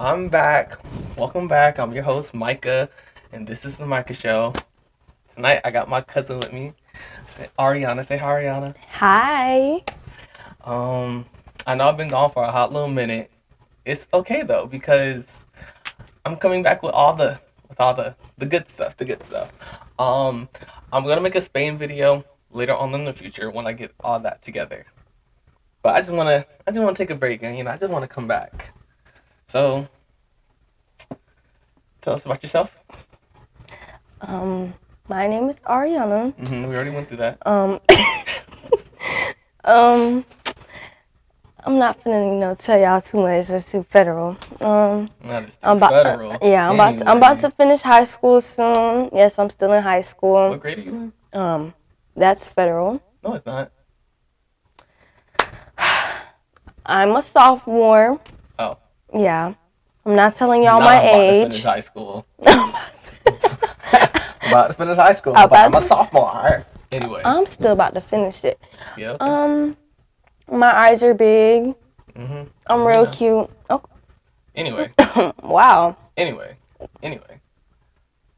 I'm back. Welcome back. I'm your host, Micah, and this is the Micah Show. Tonight, I got my cousin with me, say, Ariana. Say hi, Ariana. Hi. Um, I know I've been gone for a hot little minute. It's okay though because I'm coming back with all the with all the the good stuff, the good stuff. Um, I'm gonna make a Spain video later on in the future when I get all that together. But I just wanna I just wanna take a break and you know I just wanna come back. So tell us about yourself. Um, my name is Ariana. hmm we already went through that. Um, um, I'm not finna you know tell y'all too much. That's too federal. Um, That is too I'm about federal. yeah, I'm about to, I'm about to finish high school soon. Yes, I'm still in high What school. grade are you in? Um, that's federal. No, it's not. I'm a sophomore. Oh, Yeah, I'm not telling y'all Now my I'm about To finish age. high school. about to finish high school. About but I'm a to- Uh, sophomore. Anyway. I'm still about to finish it. yeah. okay. Um, my eyes are big. Mhm. I'm real cute. Oh, mm, Anyway. wow. Anyway. Anyway.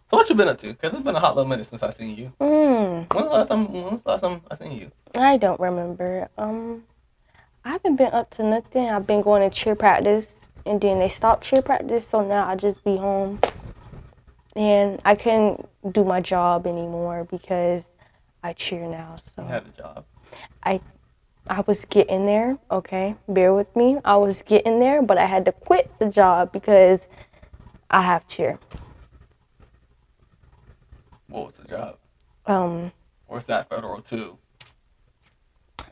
So what you been up to? Cause it's been a hot little minute since I seen you. Mm. When's the last time? When's the last time I seen you? I don't remember. Um, I haven't been up to nothing. I've been going to cheer practice, and then they stopped cheer practice, so now I just be home. And I couldn't do my job anymore because I cheer now. So You had a job. I was getting there. Okay, bear with me. I was getting there, but I had to quit the job because I have cheer. What was the job? Um, Or is that federal too?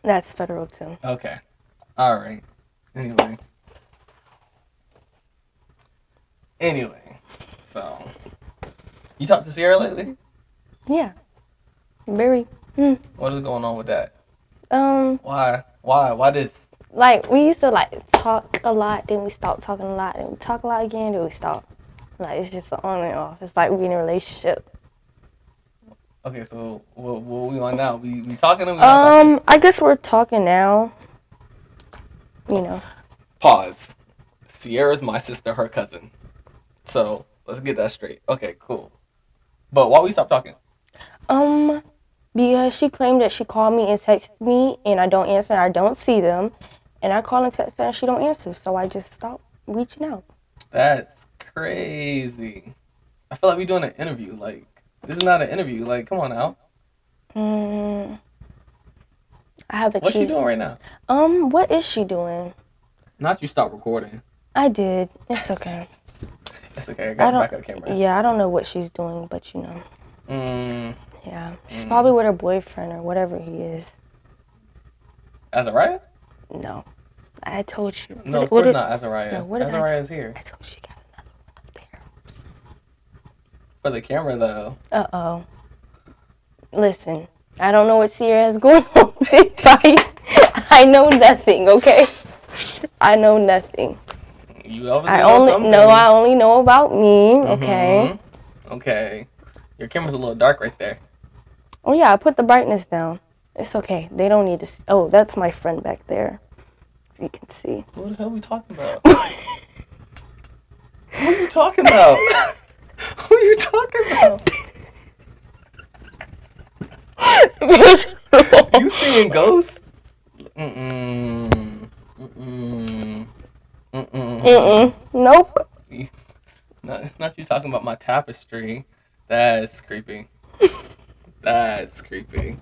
that's federal too. Okay. All right. Anyway. Anyway. So. You talked to Sierra lately? Yeah, very. Hmm. What is going on with that? Um, Why? Why? Why this? like we used to like talk a lot, then we stopped talking a lot, then we talk a lot again, then we stop. Like it's just a on and off. It's like we in a relationship. Okay, so what, what we on now? We we talking and we not talking? Um, I guess we're talking now. You know. Pause. Sierra's my sister, her cousin. So let's get that straight. Okay, cool. But why we stop talking? Um, because she claimed that she called me and texted me, and I don't answer. I don't see them, and I call and text her, and she don't answer. So I just stopped reaching out. That's crazy. I feel like we doing an interview. Like this is not an interview. Like come on now. Mm, I have a What you cheat. doing right now? Um, what is she doing? Not you stop recording. I did. It's okay. That's okay. I I got don't- back up camera. Yeah, I don't know what she's doing, but you know. Mm, Yeah, she's probably with her boyfriend or whatever he is. Azariah? No, I told you. No, What- of what course did- not Azariah. no, what did I say? Azariah is here I told you she got another one up there. for the camera though. Uh oh. Listen, I don't know what Sierra has going on. with Bobby. I know nothing. Okay, I know nothing. You obviously I know only something. Mm-hmm. no, I only know about me. Okay. Mhm. Okay. Your camera's a little dark right there. Oh yeah, I put the brightness down. It's okay. They don't need to. See. Oh, that's my friend back there. If you can see. What the hell are we talking about? what are you talking about? what are you talking about? You seeing ghosts? Mm-mm. Mm-mm. Mm-mm. Mm-mm. Nope. Not, not you talking about my tapestry. That's creepy. That's creepy.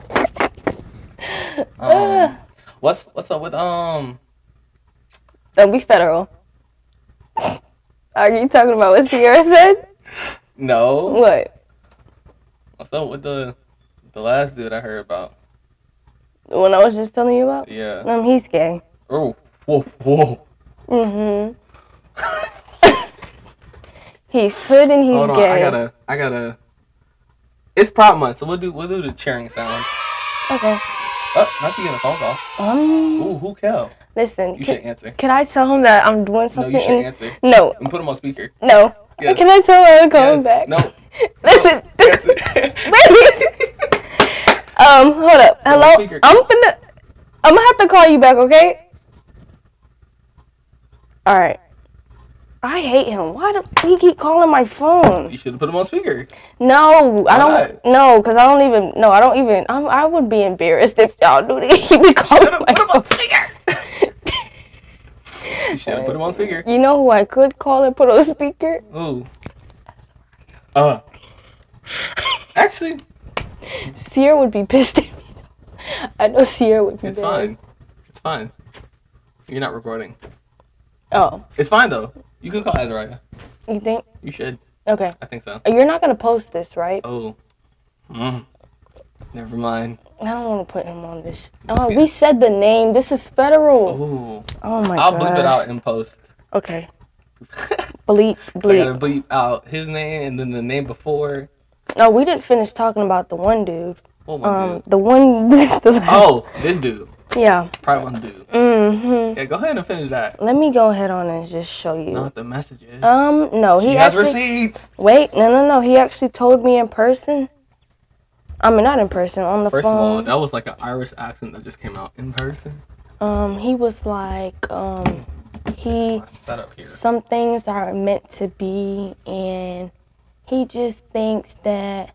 Um, what's what's up with um? Don't be federal. Are you talking about what Sierra said? No. What? What's up with the the last dude I heard about? The one I was just telling you about? Yeah. Um, he's gay. Oh, whoa, whoa. Mm-hmm. he's hood and he's Hold on, gay. I gotta, I gotta. It's Pride Month, so we'll do, we'll do the cheering sound. Okay. Oh, not you getting a phone call. Um, Ooh, who Kel? listen. You can, should answer. can I tell him that I'm doing No, something? you should in- answer. No, And put him on speaker. no. Yes. Can I tell her I'm Yes. going back? No. Listen. Answer. um, hold up. Hello. speaker. I'm finna. I'm gonna have to call you back, okay? All right. I hate him. Why do he keep calling my phone? You should have put him on speaker. No, I Why don't. No, because I don't even. No, I don't even. I'm, I would be embarrassed if y'all knew that he be calling Put him, my put him phone. on speaker. you should have put him on speaker. You know who I could call and put on speaker? Ooh. Uh. Actually, Sierra would be pissed at me. I know Sierra would be. it's mad. fine. It's fine. You're not recording. Oh, It's fine though. You can call Azariah. you think? You should. Okay, I think so. you're not gonna post this, right? Oh. Mm. Never mind. I don't want to put him on this. Oh, we said the name. This is federal. Ooh. Oh my god. I'll bleep it out in post. Okay. Bleep, I gotta bleep. bleep out his name and then the name before. No, we didn't finish talking about the one dude. What one Um, dude? the one. the last- Oh, this dude. Yeah. Probably one dude. hmm Yeah, go ahead and finish that. Let me go ahead on and just show you. Not the messages. Um, no, he he has actually. receipts. Wait, no, no, no. He actually told me in person. I mean, not in person, on the First of all, phone. that was like an Irish accent that just came out in person. um, he was like, um, he My setup here. some things aren't meant to be, and he just thinks that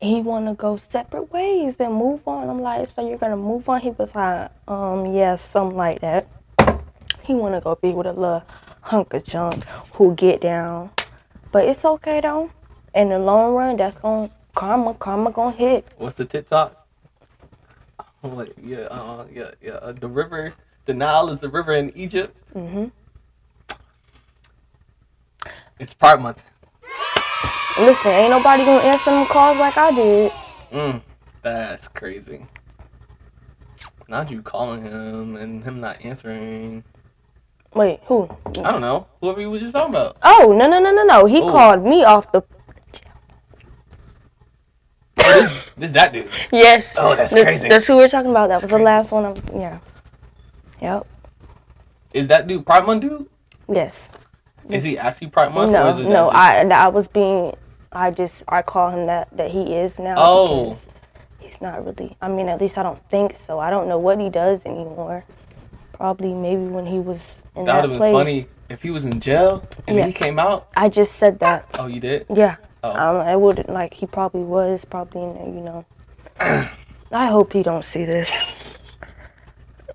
he want to go separate ways and move on. I'm like, so you're gonna move on? He was like, um, yeah, something like that. He want to go be with a little hunk of junk who get down, but it's okay though. In the long run, that's gonna karma, karma gonna hit. What's the TikTok? I'm like, yeah, uh, yeah, yeah. uh, the river, the Nile is the river in Egypt. hmm It's Pride Month. Listen, ain't nobody gonna answer them calls like I did. Mm, that's crazy. Not you calling him and him not answering. Wait, who? I don't know. Whoever you were just talking about. Oh no no no no no! He Ooh. called me off the. Oh, this, this that dude. Yes. Oh, that's Th- crazy. That's who we're talking about. That was the crazy. last one. Of, yeah. Yep. Is that dude Pride Month dude? Yes. Is he actually Pride Month? or no is it no. that I I was being. I just I call him that that he is now. Oh. because He's not really. I mean, at least I don't think so. I don't know what he does anymore. Probably maybe when he was in That that, would have been place. funny if he was in jail and Yeah. he came out. I just said that. Oh, you did? Yeah. Oh. Um, I would like he probably was probably in there, you know. I hope he don't see this.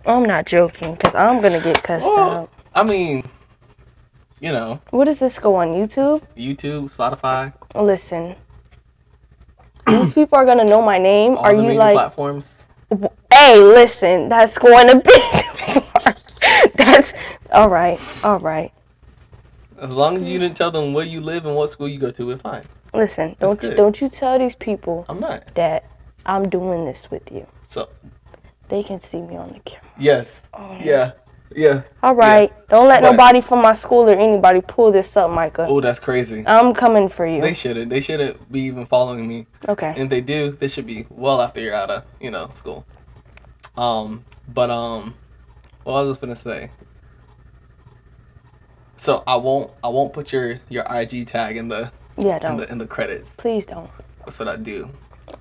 I'm not joking because I'm gonna get cussed Well, out. I mean, you know, What does this go on YouTube? YouTube, Spotify, Listen, these people are gonna know my name. all are the you major like, platforms. hey, listen, that's going to be. too far. that's all right, all right. As long as you didn't tell them where you live and what school you go to, we're fine. Listen, don't you, good. don't you tell these people I'm not. that I'm doing this with you. So, They can see me on the camera. yes. Yeah. Yeah. Oh. All right. Don't let But- nobody from my school or anybody pull this up, Micah. Oh, that's crazy. I'm coming for you. They shouldn't. They shouldn't be even following me. okay. And if they do, they should be well after you're out of, you know, school. Um, but um, what was I gonna say? So I won't, I won't put your your IG tag in the yeah, in don't. the in the credits. Please don't. That's what I do.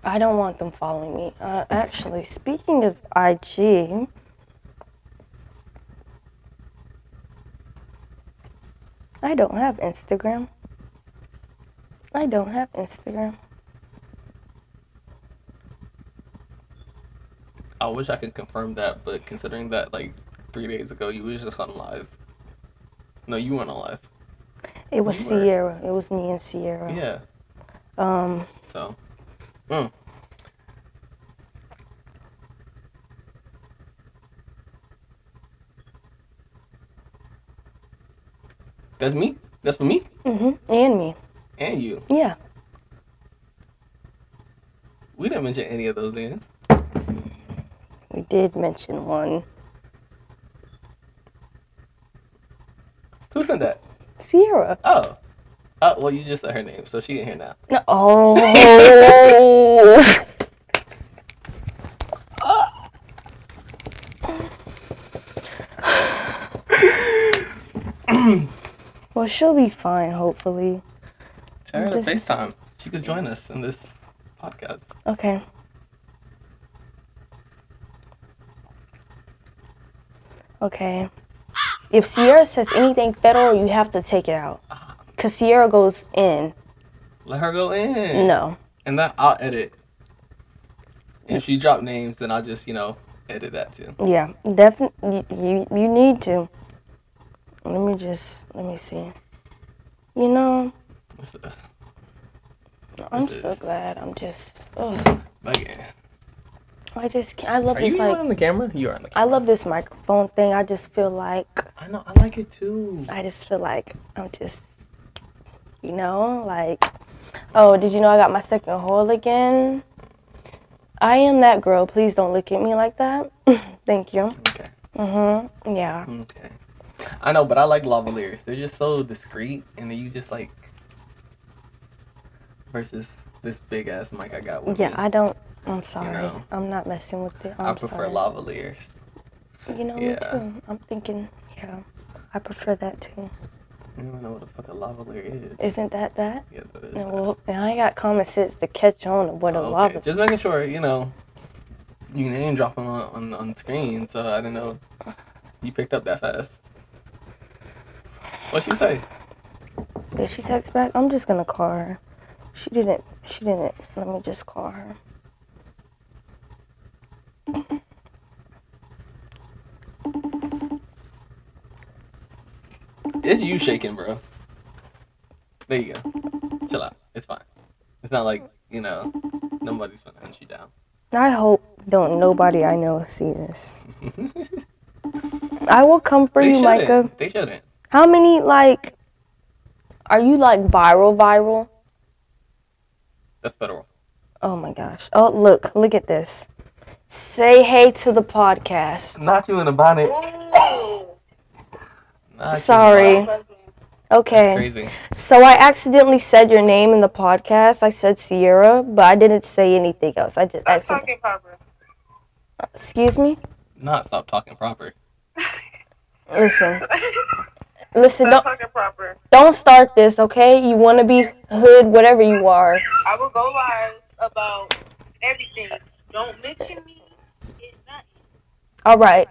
I don't want them following me. Uh, actually, speaking of IG, I don't have Instagram. I don't have Instagram. I wish I could confirm that, but considering that like three days ago you was just on live. No, you weren't on live. It was You were- Sierra. It was me and Sierra. Yeah. Um, So. Mm. That's me. That's for me hmm and me. and you. Yeah. We didn't mention any of those names. We did mention one. Who sent that? Sierra. Oh. Oh, well, you just said her name, so she in here now. No. Oh. well, she'll be fine, hopefully. Tell her Just- to FaceTime. She could join us in this podcast. Okay. Okay. if Sierra says anything federal, you have to take it out. Cause Sierra goes in. Let her go in. No. And that I'll edit. If she drop names, then I'll just, you know, edit that too. Yeah. Definitely. You, you need to. Let me just. Let me see. You know, What's the I'm This so is- glad. I'm just. Ugh, again? I just. Can't, I love Are this you like. on the camera? You are on the I camera. love this microphone thing. I just feel like. I know, I like it too. I just feel like I'm just, you know, like, oh, did you know I got my second hole again? I am that girl. Please don't look at me like that. Thank you. Okay. Mm-hmm. Yeah. Okay. I know, but I like lavaliers. They're just so discreet and then you just like versus this big ass mic I got with Yeah. me. I don't. I'm sorry. know. I'm not messing with it. I'm I prefer sorry. lavaliers. You know yeah. me too. I'm thinking. Yeah. I prefer that too. You don't know what the fuck a lavalier is. Isn't that that? yeah, that is And that. well, and I got common sense to catch on to what a Oh, lava. Just making sure, you know, you name dropping on, on on screen, so I didn't know you picked up that fast. What'd she say? Did she text back? I'm just gonna call her. She didn't. She didn't. Let me just call her. It's you shaking, bro. There you go. Chill out. It's fine. It's not like, you know, nobody's gonna hunt you down. I hope don't nobody I know see this. I will come for They you, shouldn't. Micah. They shouldn't. How many like? Are you like viral? Viral? That's federal. Oh my gosh! Oh look! Look at this. Say hey to the podcast. Not you in the bonnet. Not you in the Sorry. bonnet. That's Okay. crazy. So I accidentally said your name in the podcast. I said Sierra, but I didn't say anything else. I just Stop accidentally. talking proper. Excuse me. Not stop talking proper. Listen. Listen. Don't Stop talking proper. don't start this, okay? You want to be hood, whatever you are. I will go live about everything. Don't mention me. in nothing. All right.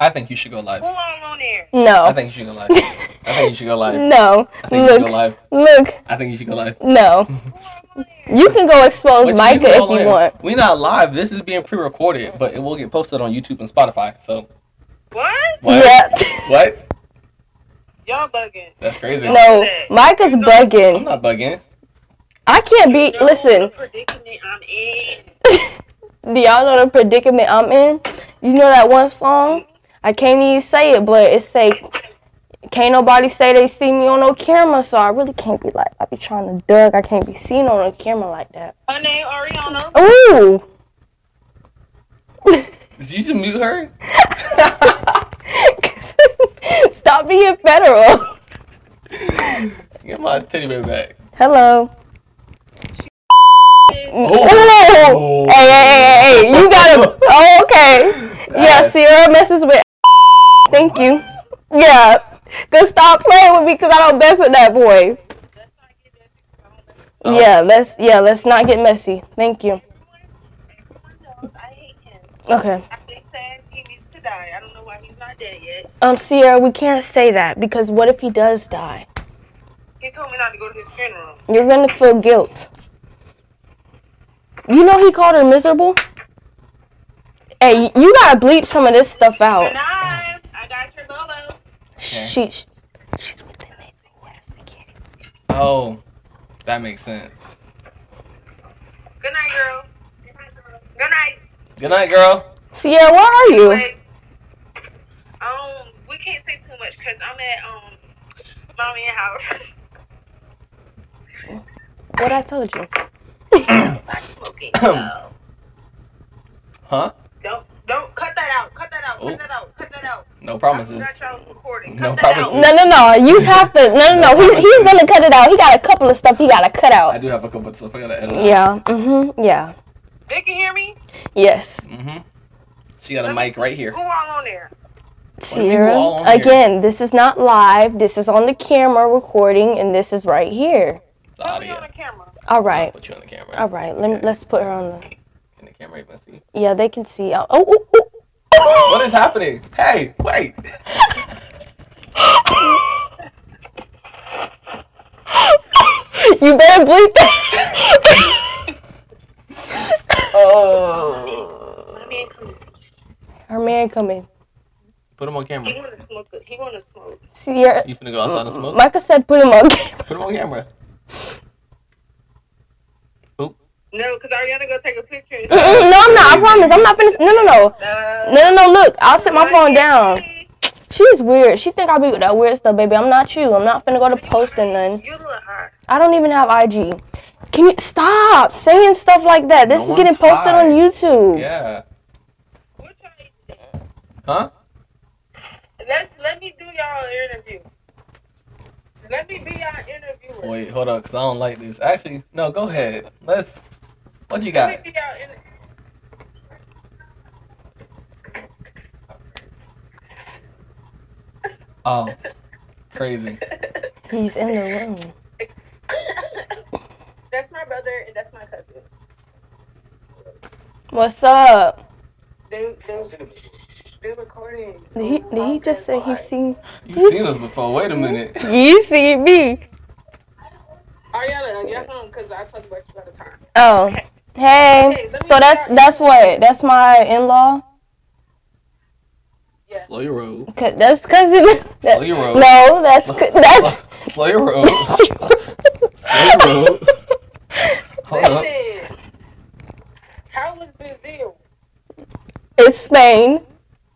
I think you should go live. Who all on there? No. I think you should go live. I think you should go live. No. I think you should go Look. live. Look. I think you should go live. No. Who all on there? You can go expose But Micah can if call you in. want. We're not live. This is being pre-recorded, but it will get posted on YouTube and Spotify. So What? What? Yeah. what? Y'all bugging. That's crazy. no. Micah's I'm bugging. not bugging. I can't be. You know Listen. the predicament I'm in. Do y'all know the predicament I'm in? You know that one song? I can't even say it, but it say, can't nobody say they see me on no camera, so I really can't be like, I be trying to duck. I can't be seen on a camera like that. Her name Ariana. Ooh. Did you just mute her? Stop being federal. Get my teddy bear back. Hello. Oh. Ooh. Hey, hey, hey, hey, hey, you gotta. Oh, okay. Yeah, Yes. Sierra messes with. Thank you. Yeah. Cause stop playing with me because I don't mess with that boy. Yeah, let's yeah, let's not get messy. Thank you. Everyone knows I hate him. Okay. They said he needs to die. I don't know why he's not dead yet. Um, Sierra, we can't say that because what if he does die? He told me not to go to his funeral. You're gonna feel guilt. You know he called her miserable? Hey, you gotta bleep some of this stuff out. Tonight, I got your bolo. She, she- she's with the neighbor who has the kid. Oh, that makes sense. Good night, girl. Good night. Good night, girl. Sierra, where are you? Wait. Um, we can't say too much because I'm at um mommy and house. What I told you. Smoking. so Huh? don't don't cut that out. Cut that out. Oh. Cut that out. Cut that out. No I promises. forgot y'all was recording. Cut No that promises. out. No, no, no. You have to. No, no, no. He, he's gonna cut it out. He got a couple of stuff he gotta cut I out. do have a couple of stuff I gotta edit. Yeah. Mm-hmm. Yeah. They can hear me. Yes. Mm-hmm. She got a Let me mic right here. Who all on there? do you Sierra. all on here? Again, this is not live. This is on the camera recording, and this is right here. It's Put me on audio. the camera. All I'll right. put you on the camera. All right. Let me, let's put her on the. Can the camera even see? Yeah, they can see. Oh, oh, oh, oh. What is happening? Hey, wait. You better bleep that. Oh. My man comes. Her man coming. Put him on He camera. want to smoke. He want to smoke. Sierra. You finna go outside and smoke? Micah said put him on. Put him on camera. Oop. No, because Ariana gonna take a picture. And Mm-mm, no, I'm not. I promise. I'm not finished. No, no, no. uh, No, no, no. Look, I'll sit my phone down. She's weird. She think I be with that weird stuff, baby. I'm not you. I'm not finna go to posting none. You look hot. I don't even have IG. Can you stop saying stuff like that? This No is one's getting posted on high. YouTube. Yeah. We're trying. Huh? Let's let me do y'all an interview. Let me be y'all interviewer. Wait, hold up, cause I don't like this. Actually, no, go ahead. Let's. What you let got? me be y'all inter- Oh, crazy. He's in the room. that's my brother and that's my cousin. What's up? They they they recording. Did he, did he just say he seen? You've seen us before. Wait a minute. You see me? Ariana, you're home because I talk about you all the time. Oh, hey. Hey, let me So that's start. that's what that's my in-law. Yeah. Slow your roll. Cause that's cousin. Slow your roll. No, that's c- that's. Slow your roll. Slow your roll. Hold up. Listen, how was Brazil? it's Spain.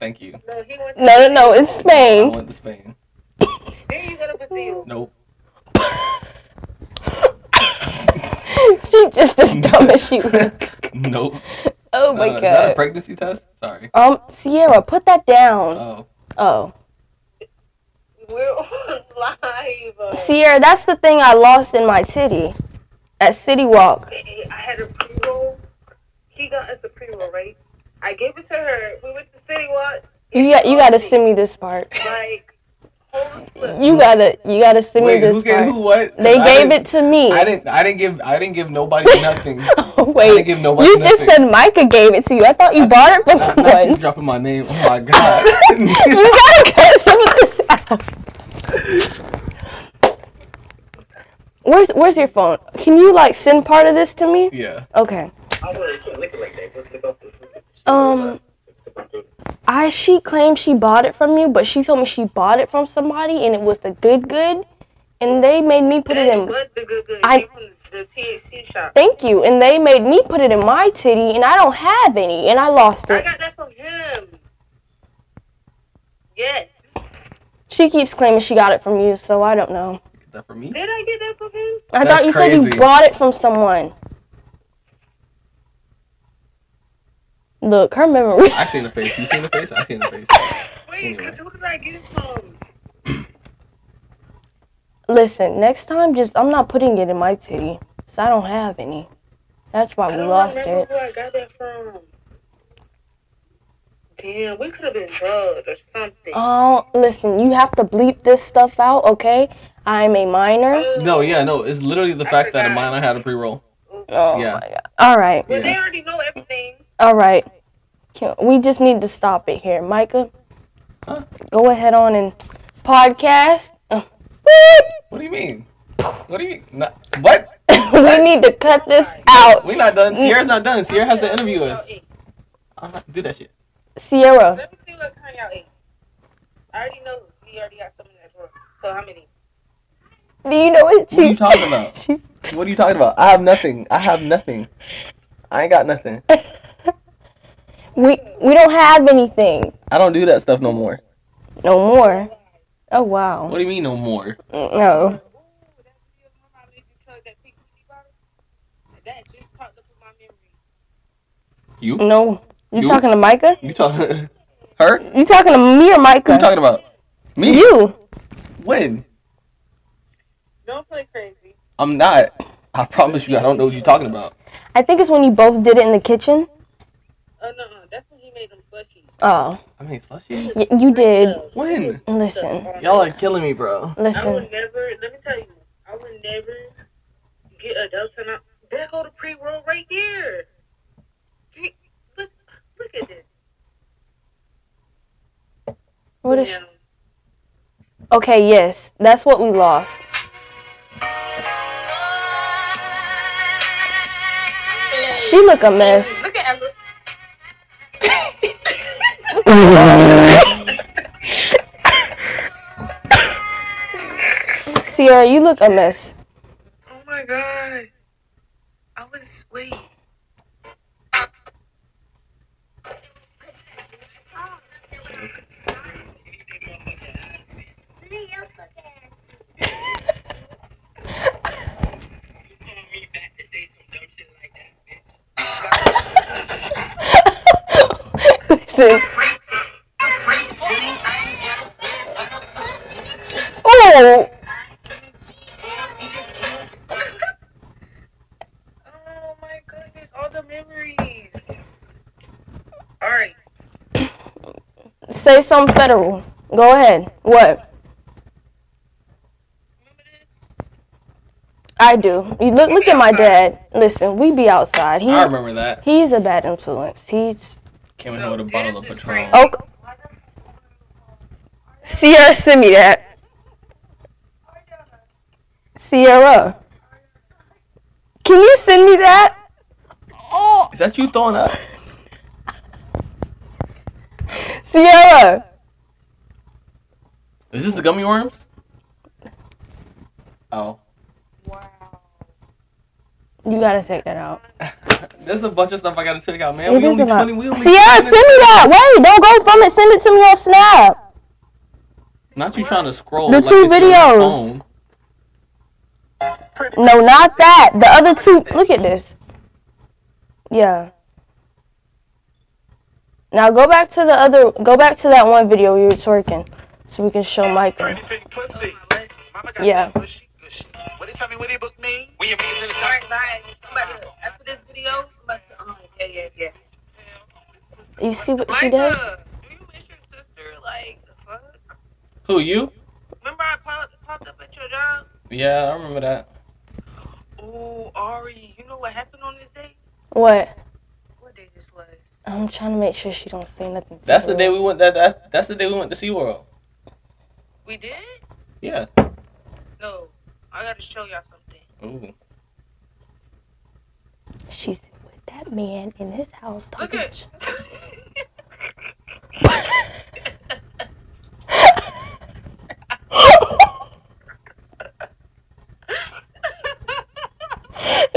Thank you. No, he went. To No, no, no. It's I Spain. went to Spain. Then you go to Brazil. Nope. She just as dumb as she. was. nope. Oh No, my no, Uh, Is that a god. pregnancy test? Sorry. Um, Sierra, put that down. Oh. Oh, We're on live. uh, Sierra, that's the thing I lost in my titty at City Walk. I had a pre roll. He got us a pre roll, right? I gave it to her. We went to City Walk. You got, you gotta send me this part. Like, whole slip. You gotta, you gotta send me Wait, this who gave part. who what? 'Cause They I gave didn't- it to me. I didn't. I didn't give. I didn't give nobody nothing. Oh, I wait, didn't give nobody you just nothing. said Micah gave it to you. I thought you bought it from Now she's someone. dropping my name. Oh my god. you gotta cut some of this out. Where's, where's your phone? Can you like send part of this to me? yeah. Okay. I don't really can't lick it like that. What's the go Um, I she claimed she bought it from you, but she told me she bought it from somebody and it was the good good, and they made me put it That in. was the good good. I- I, from the THC shop. Thank you, and they made me put it in my titty, and I don't have any, and I lost I it. got that from him. Yes. She keeps claiming she got it from you, so I don't know. Get that for me. Did I get that from him? I That's thought you said crazy. you bought it from someone. Look, her memory. I seen the face. You seen the face? I seen the face. Wait, because who did I get it from? Listen, next time, just I'm not putting it in my titty, so I don't have any. That's why I we don't lost remember it. who I got that from. Damn, we could have been drugged or something. Oh, listen, you have to bleep this stuff out, okay? I'm a minor. Oh, No, yeah, no. It's literally the I fact that a forgot. minor had a pre-roll. Oh Yeah. my god. All right. But they Yeah. already know everything. All right. Can, we just need to stop it here. Micah, Huh? go ahead on and podcast. Uh, What do you mean? What do you mean? Not, what? we need to cut this out. We're not done. Sierra's not done. Sierra has to interview us. Uh, do that shit. Sierra, Let me see what kind y'all ate. I already know we already got some in that drawer. So how many? do you know what she you talking about? she, What are you talking about? I have nothing. I have nothing. I ain't got nothing. we we don't have anything I don't do that stuff no more. no more. Oh wow. What do you mean no more? No. Ooh, that's the one I made you tell that pink kitty bottle. That just popped up in my memory. You? No. You, You? talking to Micah? You talking? Her? Who You talking to me or Micah? you talking about? Me? you. When? Don't play crazy. I'm not. I promise you, I don't know what you're talking about. I think it's when you both did it in the kitchen. Oh no, uh, that's when he made them slushies. Oh, I mean, slushies. y- you did. When? Listen, Y'all are killing me, bro. I listen. would never. Let me tell you, I would never get a Delta. Nine. There go the pre roll right there. Gee, Look, look at this. What is? Damn. Okay, yes, that's what we lost. She look a mess. Look at Amber. Sierra, you look a mess. Oh my god. I was wait. This is- oh, Oh my goodness, all the memories. Alright. say something federal. Go ahead. What? Remember this? I do. You look look at my dad. Listen, we be outside. He I remember that. he's a bad influence. He's Came in here with a No, bottle of this is Patron. crazy. oh. Sierra, send me that. Sierra, can you send me that? Is that you throwing up? Sierra, Is this the gummy worms? Oh. you gotta take that out. There's a bunch of stuff I gotta check out, man. we It is only about. 20. We only Sierra, 20. send me that. Wait, don't go from it. Send it to me on Snap. Not you trying to scroll. The like two it's your videos. phone. No, not that. The other two. Look at this. Yeah. Now go back to the other. Go back to that one video you were twerking, so we can show Michael. Pretty pink pussy. Mama got Yeah. that bushy, gushy. What they tell me? What they book me? When you bring it to the top. Alright, bye. I'm about to, after this video, I'm about to, um, yeah, yeah, yeah. You see what she Micah, does? do you miss your sister? Like, the fuck? Who you? Remember I popped, popped up at your job? Yeah, I remember that. Ooh, Ari, you know what happened on this day? What? What day this was? I'm trying to make sure she don't say nothing. That's the day we went. That, that that's the day we went to SeaWorld. We did? Yeah. No. I gotta show y'all something. Ooh. She's with that man in his house Look talking. at.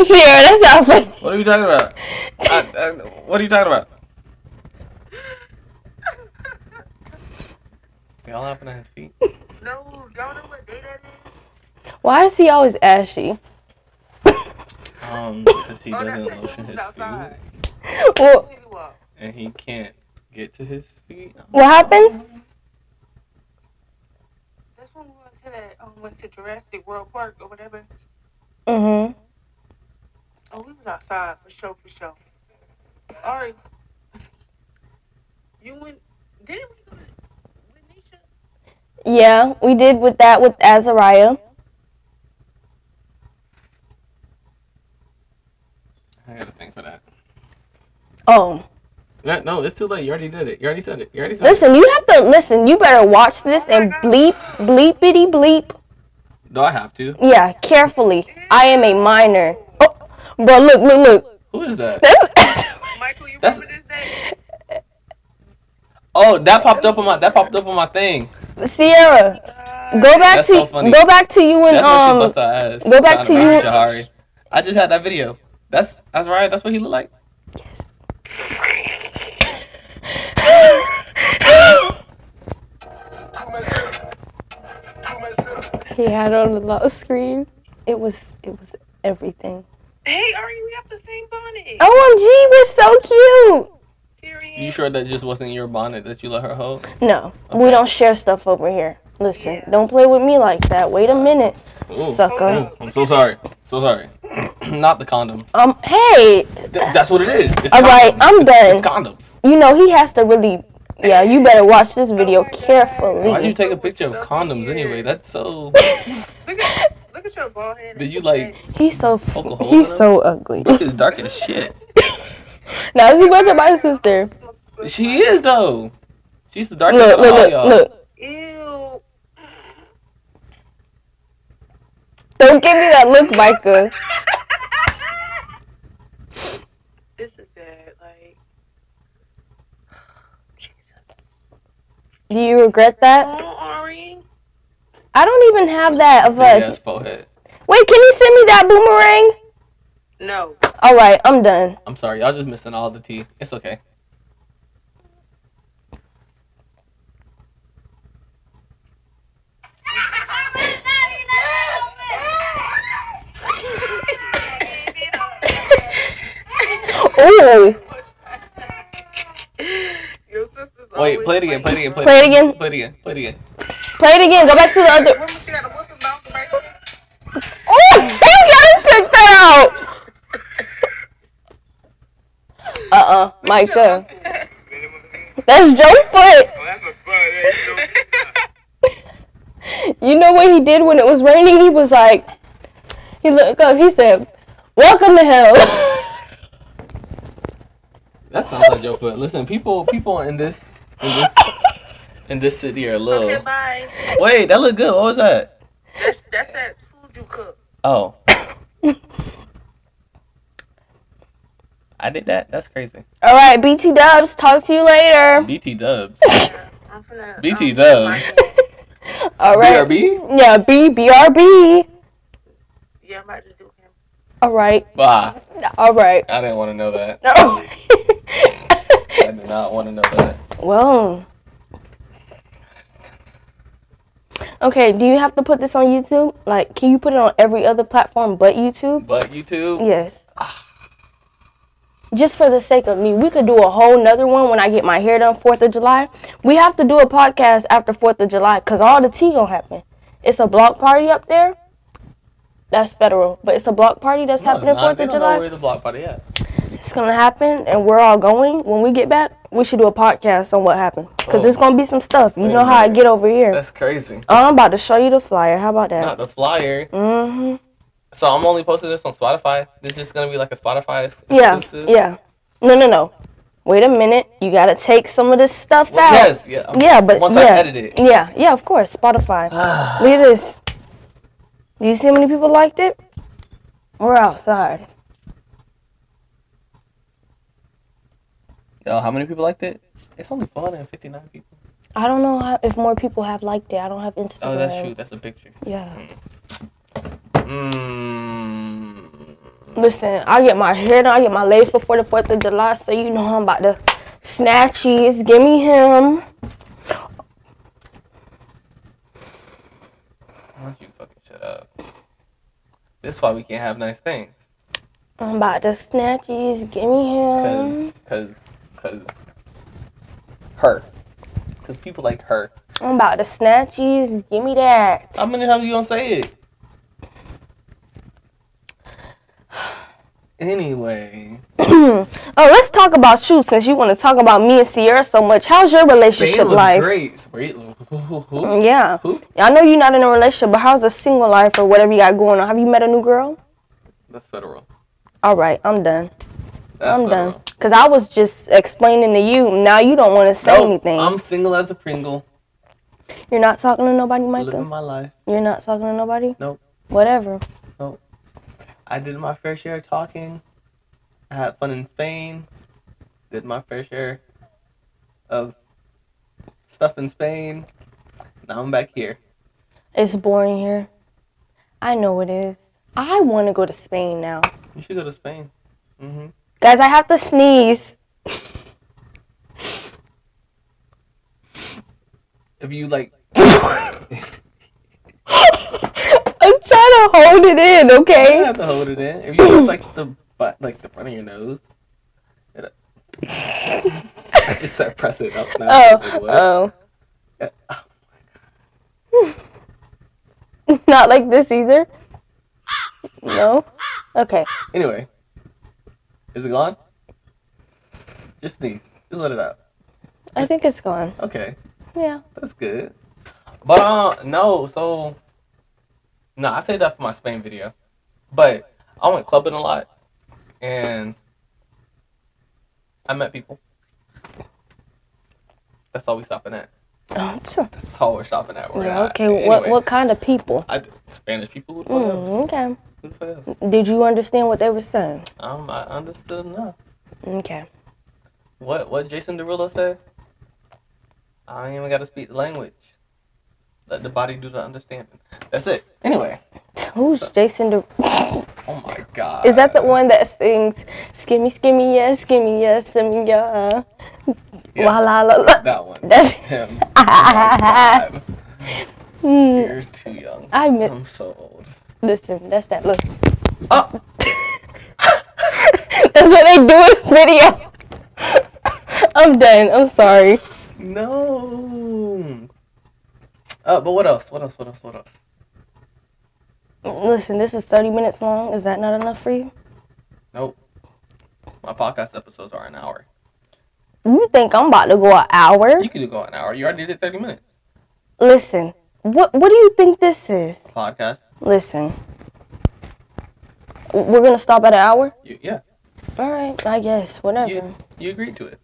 Sierra, that's not funny. What are you talking about? I, I, what are you talking about? They all happened at his feet. no, y'all know what day that is? Why is he always ashy? Um, because he Oh, doesn't that's the lotion his who's feet outside. Well, See you all. and he can't get to his feet. what happened? That's when we went to that, um, went to Jurassic World Park or whatever. Mm-hmm. Oh, we was outside for sure, for sure. All right. You went. Didn't we go to, with Nisha? Yeah, we did with that with Azariah. I gotta think for that. Oh, No, no, it's too late. You already did it. You already said it. You already said listen, you have to listen. You better watch this and bleep, bleepity bleep. it. No, I have to. Yeah, carefully. I am a minor. Oh, bro, look, look, look. Who is that? That's Michael, you That's- remember this day? Oh, that popped up on my that popped up on my thing. Sierra. Mm. Uh, Go back That's to so funny. go back to you and That's when she um. bust her ass. go back Trying to rob you- Jahari. I just had that video. That's that's right. That's what he looked like. He had on a loud screen. It was it was everything. Hey, Ari, we have the same bonnet. OMG, we're so cute. Period. Oh. You sure that just wasn't your bonnet that you let her hold? No, we don't share stuff over here. Listen, Yeah. don't play with me like that. Wait a minute, Ooh. sucker. Ooh, I'm so sorry. So sorry. Not the condoms. Um, hey, Th- that's what it is. It's All right, condoms. I'm It's- done. It's condoms. you know he has to really. Yeah, you better watch this video my God. Why'd you carefully. take a picture of condoms anyway? That's so. Look at, look at your bald head. Did you like? He's so f- Poke a hole in he's him? so ugly. This is dark as shit. now she went to my sister. She is though. She's the darkest Look, out of all look, look, y'all. look. Ew. Don't give me that look, Micah. Do you regret that? Oh, Ari. I don't even have that of Yeah, us. his forehead. Wait, can you send me that boomerang? No. All right, I'm done. I'm sorry, y'all just missing all the tea. It's okay. Ooh, Your sister's Wait, play it again, play it again, play Play it it again. again. Play it again, play it again. play it again. Go back to the other. Remember she got a whooping mouth right there? Ooh, you gotta pick that out. Uh-uh, Micah. That's Joe foot. You know what he did when it was raining? He was like, he looked up. He said, "Welcome to hell." That sounds like Joe Foot. Listen, people people in this in this in this city are Okay, low. bye. Wait, that looked good. What was that? That's, that's that Suju cup. Oh. I did that? That's crazy. All right, BT Dubs. Talk to you later. BT dubs. I'm finna, BT um, dubs. All right. BRB? Yeah, B B R B. Yeah, I'm about to do him. All right. Bah. All right. I didn't want to know that. No. I did not want to know that. well. Okay, do you have to put this on YouTube? Like, can you put it on every other platform but YouTube? But YouTube, Yes. Ah. Just for the sake of me, we could do a whole nother one when I get my hair done 4th of July. We have to do a podcast after 4th of July because all the tea gonna happen. It's a block party up there. That's federal, but it's a block party that's No, it's happening not. 4th They of don't know July. where the block party at. It's gonna happen, and we're all going. When we get back, we should do a podcast on what happened, Oh. cause it's gonna be some stuff. You Wait a know how I minute. get over here. That's crazy. oh, I'm about to show you the flyer. How about Not that? the flyer. Mm-hmm. So I'm only posting this on Spotify. This is just gonna be like a Spotify Yeah, exclusive. yeah. No, no, no. Wait a minute. You gotta take some of this stuff Well, out. yes, yeah. I'm- Yeah, but once yeah, Mm. I edit it. Yeah, yeah. Of course, Spotify. Look at this. Do you see how many people liked it? We're outside. Yo, how many people liked it? It's only 459 people. I don't know how, if more people have liked it. I don't have Instagram. Oh, that's true. That's a picture. Yeah. Mm. Listen, I get my hair done. I get my legs before the Fourth of July, so you know I'm about to snatch these. Give me him. Why don't you fucking shut up? This why we can't have nice things. I'm about to snatch these. Give me Cause, him. cause, cause, her. Cause people like her. I'm about to snatch these. Give me that. How many times you gonna say it? Anyway, oh, let's talk about you since you want to talk about me and Sierra so much. How's your Spain relationship was life? Mm, great. Spain- who- who- who- Yeah. who? I know you're not in a relationship, but how's the single life or whatever you got going on? Have you met a new girl? That's federal. All right, I'm done. That's I'm federal. done. Cause I was just explaining to you. Now you don't want to say Nope, anything. Oh, Oh I'm single as a Pringle. You're not talking to nobody, Micah. Living my life. You're not talking to nobody? Nope. Whatever. I did my fair share of talking. I had fun in Spain. Did my fair share of stuff in Spain. Now I'm back here. It's boring here. I know it is. I want to go to Spain now. You should go to Spain. hmm Guys, I have to sneeze. If you like, I'm trying to hold it in, you don't okay? have to hold it in. If you just like the butt, like the front of your nose. It, I just said press it up now. Oh, oh. Not like this either. No? Okay. Anyway, is it gone? Just sneeze. Just let it out. I think it's gone. Okay. Yeah. That's good. But uh no, so no, I say that for my Spain video. But I went clubbing a lot and I met people. That's all we stopping at. Oh, so- That's all we're stopping at. We're yeah, not- okay. What anyway, what kind of people? I, Spanish people? Who the fuck else? Mm, okay. Who the fuck else? Did you understand what they were saying? Um, I understood enough. Okay. What what Jason Derulo said? I ain't even gotta speak the language. Let the body do the understanding. That's it. Anyway. Who's Jason? De- Oh my god. Is that the one that sings "Skimmy, skimmy, yes, skimmy, yes, skimmy, yeah"? Yes, La la la la. That one. That's- him. Oh my God. You're too young. I miss. I'm so old. Listen, that's that look. Oh, That's what they do in the video. I'm done. I'm sorry. no. Uh, but what else? What else? What else? What else? Listen, this is 30 minutes long. Is that not enough for you? Nope. My podcast episodes are an hour. You think I'm about to go an hour? You could go an hour. You already did 30 minutes. Listen, what what do you think this is? Podcast. Listen, we're gonna stop at an hour. You, yeah. All right, I guess whatever. You, you agreed to it.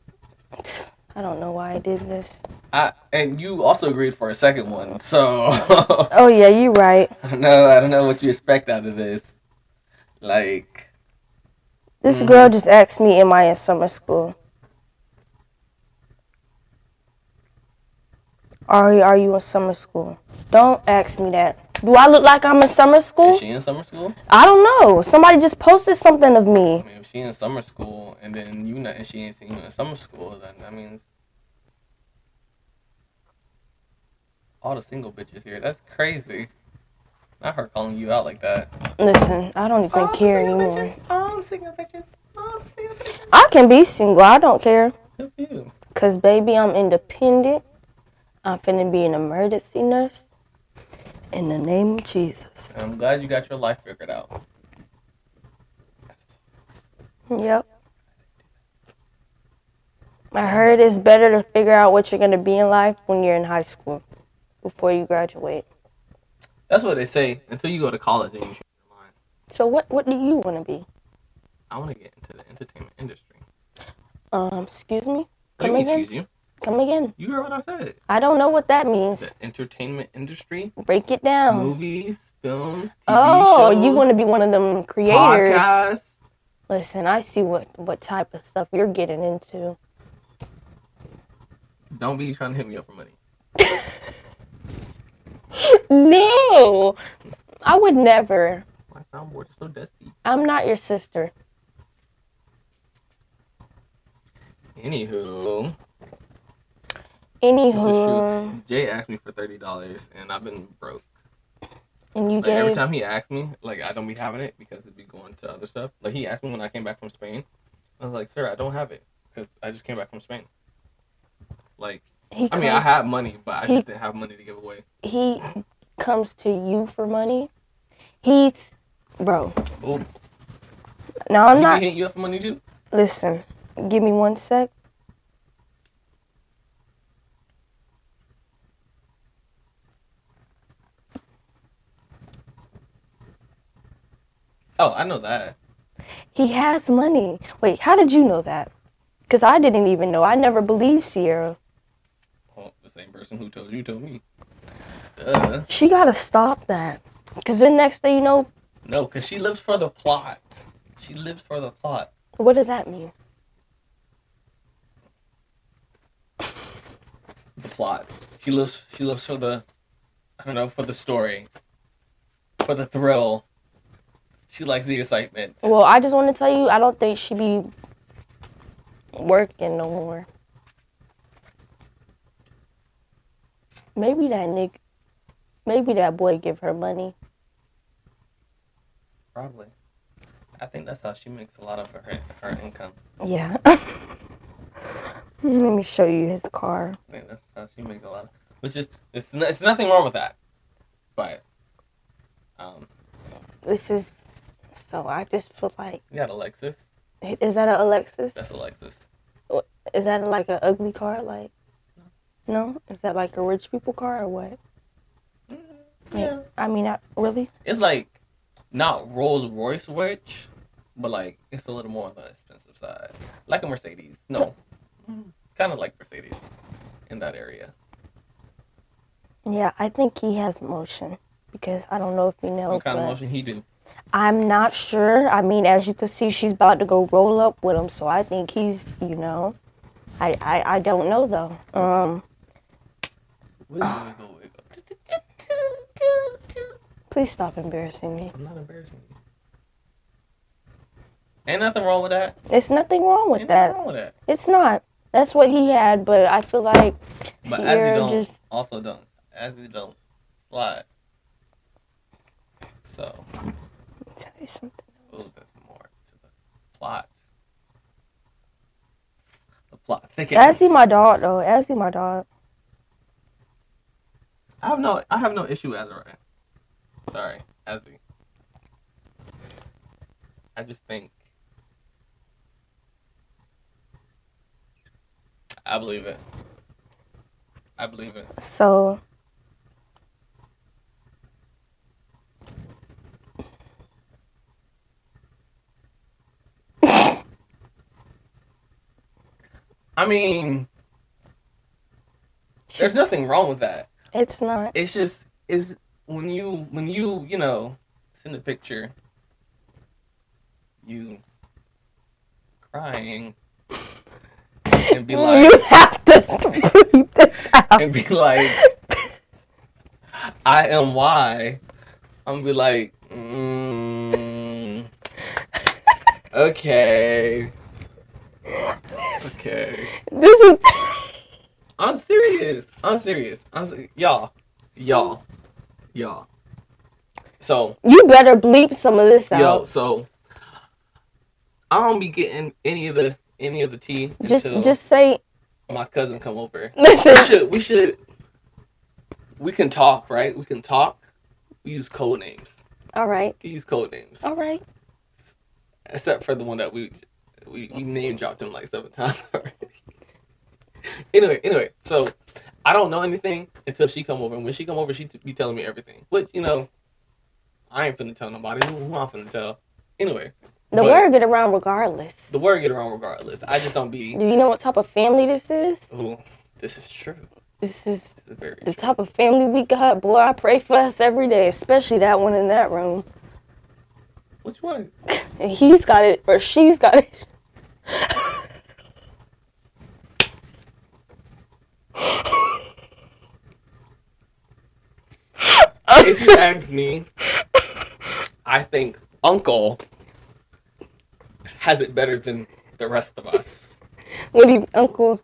I don't know why I did this. I, and you also agreed for a second one. So I Oh yeah, you're right. don't know. I don't know what you expect out of this. Like, This girl just asked me, "Am I in summer school?" Are you, are you in summer school? Don't ask me that. Do I look like I'm in summer is school? she in summer school? I don't know. Somebody just posted something of me. I mean, if she in summer school and then you not, and she ain't seen you in summer school, then that means all the single bitches here. That's crazy. Not her calling you out like that. Listen, I don't Oh, even care anymore. All the single bitches. All the single bitches. I can be single. I don't care. Good for you. Cause baby, I'm independent. I'm finna be an emergency nurse. In the name of Jesus. I'm glad you got your life figured out. Yep. I heard it's better to figure out what you're gonna be in life when you're in high school, before you graduate. That's what they say until you go to college and you change your mind. So what what do you wanna be? I want to get into the entertainment industry. Um, excuse me. What do Come you mean, again. excuse you. Come again. You heard what I said. I don't know what that means. The entertainment industry, Break it down. movies, films, TV oh, shows. you want to be one of them creators? podcasts. Listen, I see what what type of stuff you're getting into. Don't be trying to hit me up for money. No, I would never. My soundboard is so dusty. I'm not your sister. Anywho, this is Anywho, shoot. Jay asked me for thirty dollars, and I've been broke. and you Like every gave time he asks me, like I don't be having it because it'd be going to other stuff. Like he asked me when I came back from Spain. I was like, sir, I don't have it because I just came back from Spain. Like, he. I mean, I comes- had money, but I he- just didn't have money to give away. he comes to you for money, he's bro. Oh, Now I'm he be not. hitting you up for money too. Listen, give me one sec. Oh, I know that. He has money. Wait, how did you know that? Cause I didn't even know. I never believed Sierra. Well, Oh, the same person who told you told me. Uh, Duh. She gotta stop that. Cause then next thing you know, No, because she lives for the plot. She lives for the plot. what does that mean? The plot. She lives. She lives for the. I don't know for the story. For the thrill. She likes the excitement. Well, I just want to tell you, I don't think she be working no more. Maybe that nigga, maybe that boy give her money. Probably. I think that's how she makes a lot of her her income. Yeah. Let me show you his car. I think that's how she makes a lot of. Which is it's, no- it's nothing wrong with that, but um, This is so. I just feel like you got Alexis. is that a Alexis? That's Alexis. Is that like an ugly car? Like, no? Is that like a rich people car or what? Yeah. I mean, I really. It's like not Rolls Royce rich, but like it's a little more on the expensive side, like a Mercedes. No, kind of like Mercedes in that area. Yeah, I think he has motion because I don't know if you know. What kind of but- motion he do? I'm not sure. I mean, as you can see, she's about to go roll up with him, so I think he's, you know, I I, I don't know though. Um, Ah. Wiggle, wiggle, wiggle. Please stop embarrassing me. I'm not embarrassing you. Ain't nothing wrong with that. It's nothing wrong with Ain't nothing that. wrong with that. It's not. That's what he had, but I feel like But Sierra as you don't, just also don't. As you don't, slide. So, tell you something. a little bit more to the plot. The plot. Thickens. As he my dog though. As he my dog. I have no. I have no issue with Azariah. Sorry, Azzy. I just think. I believe it. I believe it. So I mean, there's she's, nothing wrong with that. it's not. It's just is when you when you you know send a picture. You crying and be like, you have to bleep this out. and be like, I am why. I'm gonna be like, mm, okay, okay. This is I'm serious. I'm serious. I'm se- y'all, y'all, y'all. So you better bleep some of this yo, out. so I don't be getting any of the any of the tea just until just say my cousin come over. we listen. should we should we can talk right we can talk we use code names All right. we use code names All right. except for the one that we we, we name dropped him like seven times already anyway anyway so i don't know anything until she come over and when she come over she t- be telling me everything which you know i ain't finna tell nobody who, who i'm finna tell anyway The But- word get around regardless. the word get around regardless i just don't be Do you know what type of family this is? ooh, this is true This is this is very the true. type of family we got. Boy, I pray for us every day, especially that one in that room. which one And he's got it, or she's got it. if you ask me, I think Uncle has it better than the rest of us. What do you, Uncle?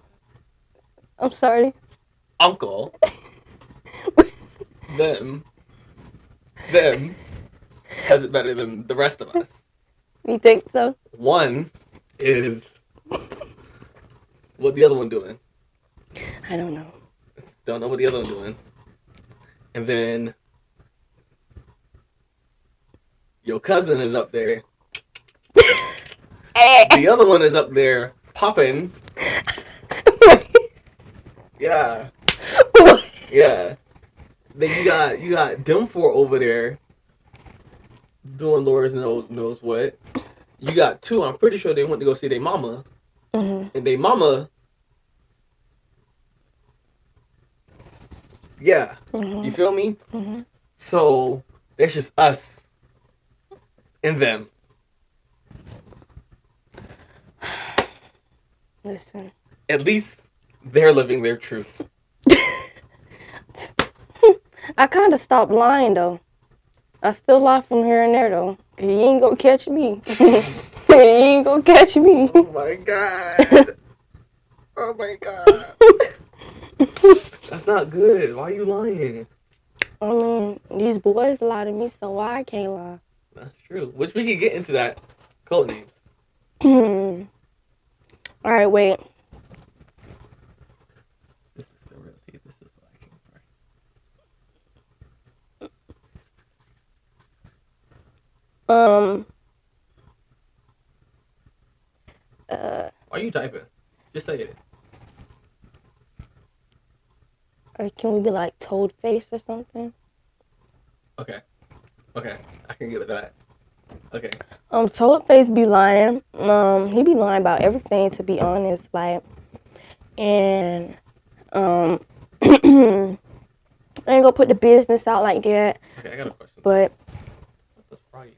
I'm sorry. Uncle, them, them has it better than the rest of us. You think so? One is what the other one doing. I don't know. Don't know what the other one doing. And then your cousin is up there Eh. the other one is up there popping. Yeah, yeah. Then you got you got them four over there doing Laura's knows knows what. You got two. I'm pretty sure they went to go see their mama, Mhm. and they mama. Yeah, you Mhm. feel me? Mhm. So that's just us and them. Listen, At least they're living their truth. I kind of stopped lying though. I still lie from here and there though. You ain't gonna catch me. you ain't gonna catch me. Oh my god. oh my god. That's not good. Why are you lying? I mean, these boys lie to me, so why I can't lie? That's true. Which we can get into that. Code names. All right, wait. This is the real tea. This is what I came for. Um. Uh, Why are you typing? Just say it. or can we be like toad face or something? Okay. Okay. I can get with that. Okay. Um, toad face be lying. Um, he be lying about everything. To be honest, like, and um, I ain't gonna put the business out like that. Okay, I got a question. But What does fry mean?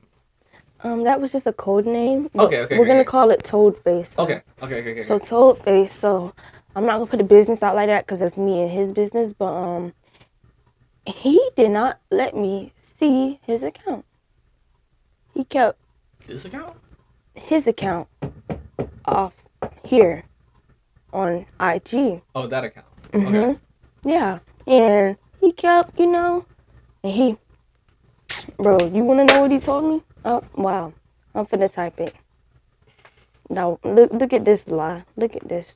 um, that was just a code name. Okay, Oh, okay, We're okay, gonna okay. call it toad face. Okay. Okay, okay, okay. So told face. So I'm not gonna put the business out like that because that's me and his business. But um, he did not let me see his account. He kept This account? his account off here on IG. Oh, that account. Mhm. Okay. Yeah. And he kept, you know, and he, bro, you want to know what he told me? Oh, wow. I'm finna type it. Now, look, look at this lie. Look at this.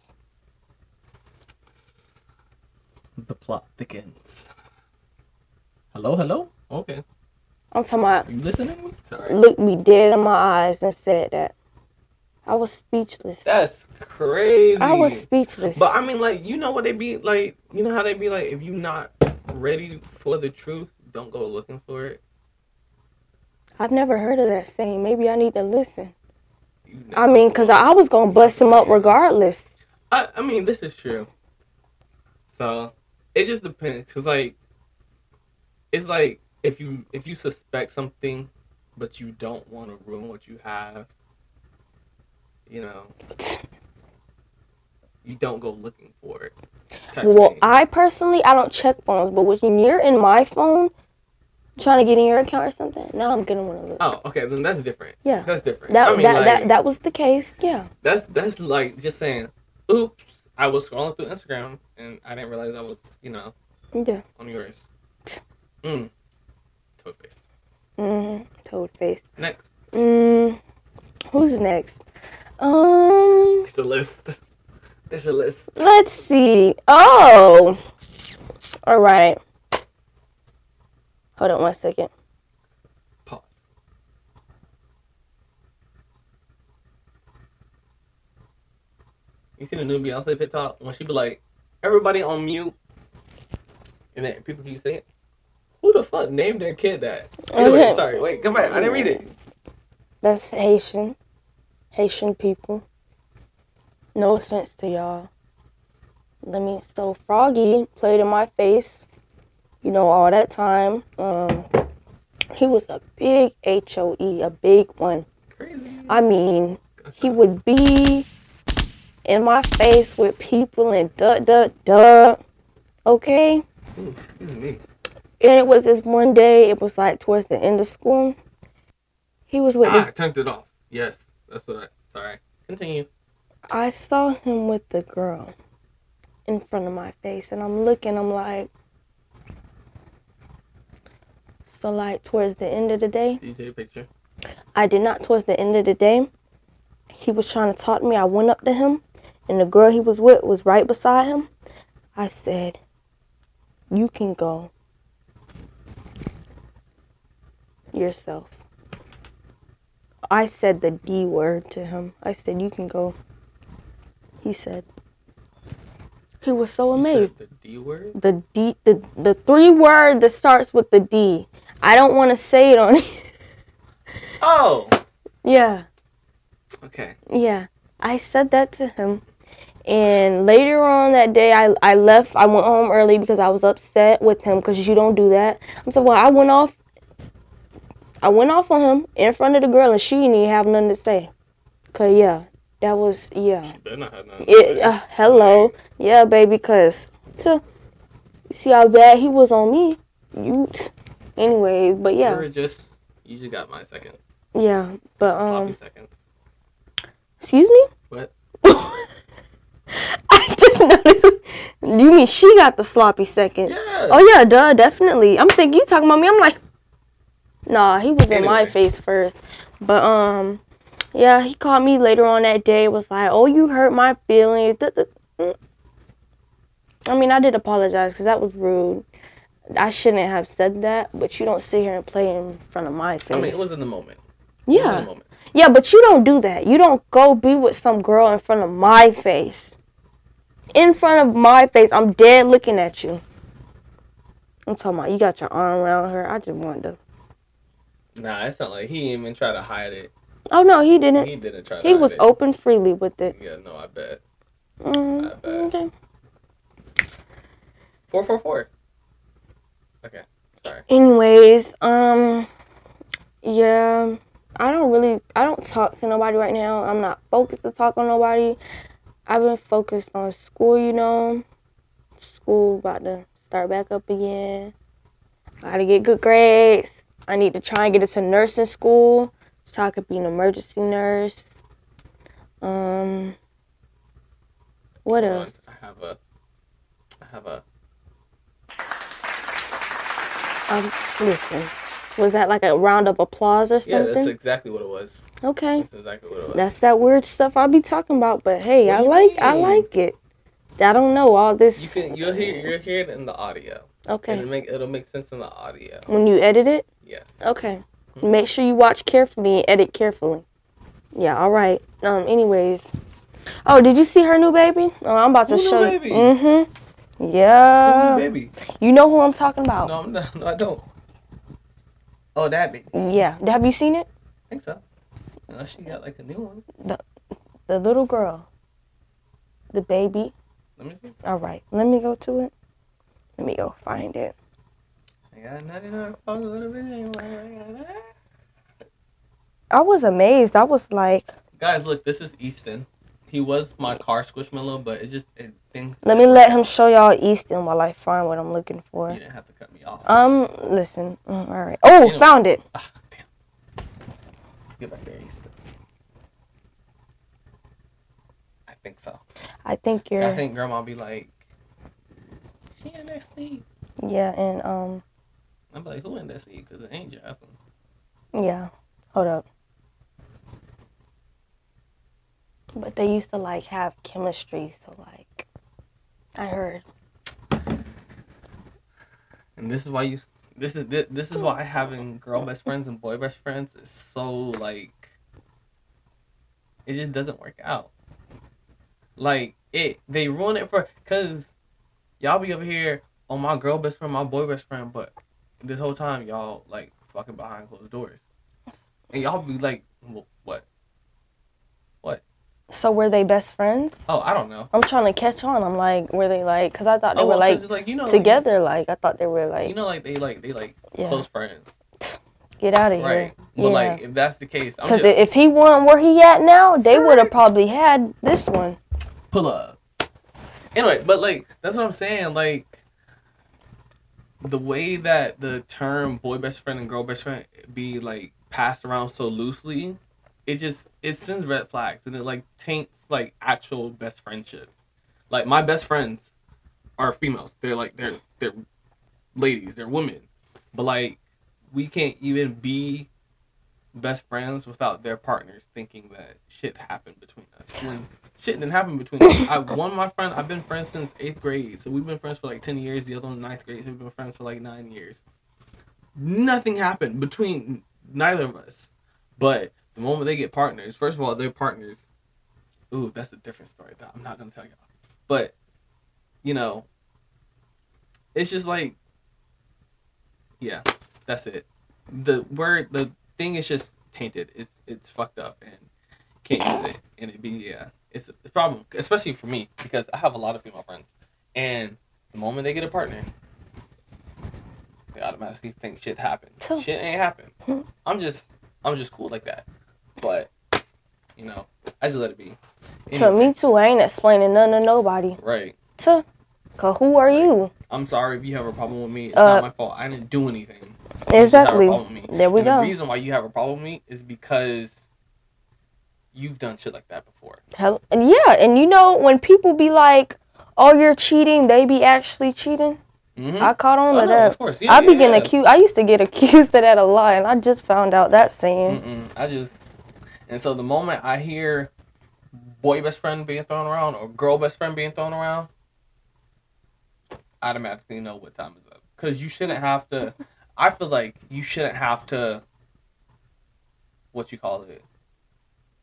The plot thickens. Hello, hello? Okay. I'm talking about Are you listening? Sorry. looked me dead in my eyes and said that. I was speechless. That's crazy. I was speechless. But I mean, like, you know what they be like? You know how they be like? If you not ready for the truth, don't go looking for it. I've never heard of that saying. Maybe I need to listen. You I mean, because I was going to bust him up regardless. I, I mean, this is true. So it just depends, cause like, it's like if you if you suspect something, but you don't want to ruin what you have, you know, you don't go looking for it. type Well, thing. I personally, I don't check phones, but when you're in my phone, trying to get in your account or something, now I'm going to want to look. oh, okay, then that's different. Yeah. that's different. That, I mean, that, like, that, that was the case. Yeah. that's that's like just saying, oops, I was scrolling through Instagram and I didn't realize I was, you know, Yeah. on yours. Mm. Toad face. Mm-hmm. Toad face. Next. Mm, who's next? Um, There's a list. There's a list. let's see. Oh. All right. Hold on one second. Pause. You see the new Beyonce TikTok when she be like, "Everybody on mute," and then people keep saying, "Who the fuck named their kid that?" Anyway, Okay. sorry. Wait, come back. I didn't read it. That's Haitian. Haitian people. No offense to y'all. Let me so Froggy played in my face, you know, all that time. Um he was a big HOE, a big one. Crazy. I mean, he would be in my face with people and duh duh duh. Okay? Excuse me. And it was this one day, it was like towards the end of school. He was with Ah, this I turned it off. Yes, that's what I. Sorry. Continue. I saw him with the girl in front of my face, and I'm looking, I'm like, so like towards the end of the day, Did you take a picture? I did not towards the end of the day. He was trying to talk to me. I went up to him, and the girl he was with was right beside him. I said, You can go yourself. I said the D word to him. I said, You can go. He said, He was so You said amazed. The D word. The D, the, the three word that starts with the D. I don't want to say it on. Oh. yeah. Okay. Yeah, I said that to him. And later on that day, I, I left. I went home early because I was upset with him because you don't do that. I'm so well. I went off. I went off on him in front of the girl, and she didn't even have nothing to say. Cause yeah, that was yeah. She better not have none. It, uh, hello, yeah, baby. Cause to you see how bad he was on me. You anyway, but You yeah, were just. You just got my seconds. yeah. But Sloppy um, seconds. excuse me. What? I just noticed. You mean she got the sloppy seconds? Yeah. Oh yeah, duh, definitely. I'm thinking you talking about me. I'm like, nah, he was in my Anyway. face first. But um, yeah, he called me later on that day. Was like, oh, you hurt my feelings. Duh, duh, mm. I mean, I did apologize because that was rude. I shouldn't have said that, but you don't sit here and play in front of my face. I mean, it was in the moment. It was in yeah. the moment. Yeah, but you don't do that. You don't go be with some girl in front of my face. In front of my face, I'm dead looking at you. I'm talking about you got your arm around her. I just wonder. Nah, it's not like he didn't even try to hide it. Oh no, he didn't. He didn't try to He hide was it. open freely with it. Yeah, no, I bet. Mm, Not bad. okay. 444. Okay. Sorry. Anyways, um, yeah, I don't really, I don't talk to nobody right now. I'm not focused to talk on nobody. I've been focused on school, you know. School about to start back up again. I gotta get good grades. I need to try and get into nursing school so I could be an emergency nurse. Um, what Hold on, else? I have a. I have a. Um, listen, was that like a round of applause or Yeah, something? that's exactly what it was. okay, That's exactly what it was. that's that weird stuff I be talking about. But hey, What I do you like I mean? like it. I don't know all this. You can you'll hear you'll hear it in the audio. okay, It'll make it'll make sense in the audio. when you edit it. Yes. Okay. Mm-hmm. Make sure you watch carefully and edit carefully. Yeah, all right. Um anyways. Oh, did you see her new baby? Oh, I'm about to Who new show baby? you. Mm-hmm. Ooh, Yeah. baby. You know who I'm talking about. No, I'm not, no, I don't. Oh, that baby. Yeah. Have you seen it? I think so. Unless Uh, she got like a new one. The little girl. The baby. Let me see. All right. Let me go to it. Let me go find it. I got 99 followers on the video. I was amazed. I was like, Guys, look, this is Easton. He was my car squishmallow, but it just it, things. let me let him show y'all Easton while I find what I'm looking for. You didn't have to cut me off. Um, listen. Mm, All right. Oh, Anyway. found it. Ah, damn. Get back there, Easton. I think so. I think you're I think grandma be like, she in that seat. Yeah, and um I'm like, who in that seat? Because it ain't Jocelyn. Yeah. Hold up. But they used to like have chemistry, so like I heard. And this is why you. This is this, this is why having girl best friends and boy best friends is so like. It just doesn't work out. Like it, they ruin it for because y'all be over here on my girl best friend, my boy best friend, but this whole time y'all like fucking behind closed doors, and y'all be like, "Wh- what? So were they best friends? Oh, I don't know. I'm trying to catch on. I'm like, were they like? Cause I thought they oh, were well, 'cause like it's like you know together. Like I thought they were like, You know, like they like they like yeah, close friends, get out of here. right? But Yeah. like if that's the case, I'm Cause just if he weren't where he at now, they would have probably had this one. pull up. Anyway, but like that's what I'm saying. Like the way that the term boy best friend and girl best friend be like passed around so loosely, it just it sends red flags and it like taints like actual best friendships. Like my best friends are females. They're like they're they're ladies. They're women. But like we can't even be best friends without their partners thinking that shit happened between us. When shit didn't happen between us. I one of my friend I've been friends since eighth grade. So we've been friends for like ten years, the other one ninth grade, so we've been friends for like nine years. Nothing happened between neither of us. But the moment they get partners, first of all, they're partners. Ooh, that's a different story that I'm not gonna tell y'all. But you know, it's just like, yeah, that's it. The word, the thing is just tainted. It's it's fucked up and can't use it. And it be yeah, it's a problem, especially for me because I have a lot of female friends, and the moment they get a partner, they automatically think shit happened. Tell- Shit ain't happened. I'm just I'm just cool like that, but you know, I just let it be. So Anyway, me too. I ain't explaining none to nobody. right. To, cause who are you? I'm sorry if you have a problem with me. It's Uh, not my fault. I didn't do anything. You just have a Exactly. problem with me. There we And go. The reason why you have a problem with me is because you've done shit like that before. Hell, and yeah, and you know when people be like, "Oh, you're cheating," they be actually cheating. Mhm. I caught on Oh, to no, that. Of course. I be getting accused. I used to get accused of that a lot, and I just found out that saying. Mm-mm. I just and so the moment I hear boy best friend being thrown around or girl best friend being thrown around, I automatically know what time is up. Cause you shouldn't have to. I feel like you shouldn't have to. What you call it?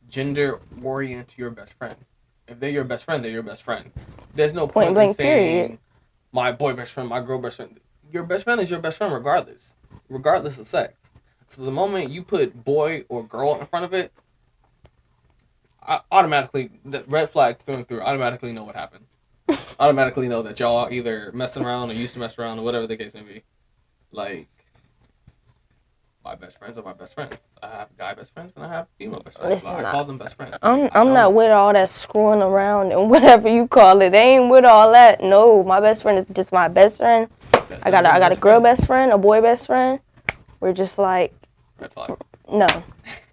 Gender orient your best friend. If they're your best friend, they're your best friend. There's no point, Point blank, in saying period. my boy best friend, my girl best friend. Your best friend is your best friend regardless, regardless of sex. So the moment you put boy or girl in front of it, I automatically the red flags through and through. Automatically know what happened. automatically know that y'all either messing around or used to mess around or whatever the case may be. Like my best friends are my best friends. I have guy best friends and I have female best friends. Listen, Like, I, I- call them best friends. I'm Like, I I'm know- not with all that screwing around and whatever you call it. They ain't with all that. No, my best friend is just my best friend. That's I got a, I got a everyone's girl best friend, a boy best friend. We're just like red flag. no,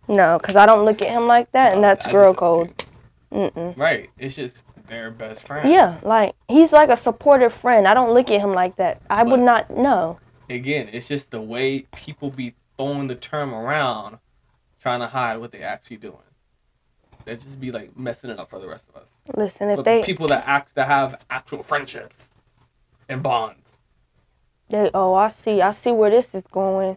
no, because I don't look at him like that, and that's I girl just- code. Mm-mm. Right. It's just their best friend. Yeah, like he's like a supportive friend. I don't look at him like that. I would But- not. No, Again, it's just the way people be throwing the term around, trying to hide what they actually doing. They just be like messing it up for the rest of us. listen, for if they the people that act that have actual friendships and bonds. They, oh, I see. I see where this is going.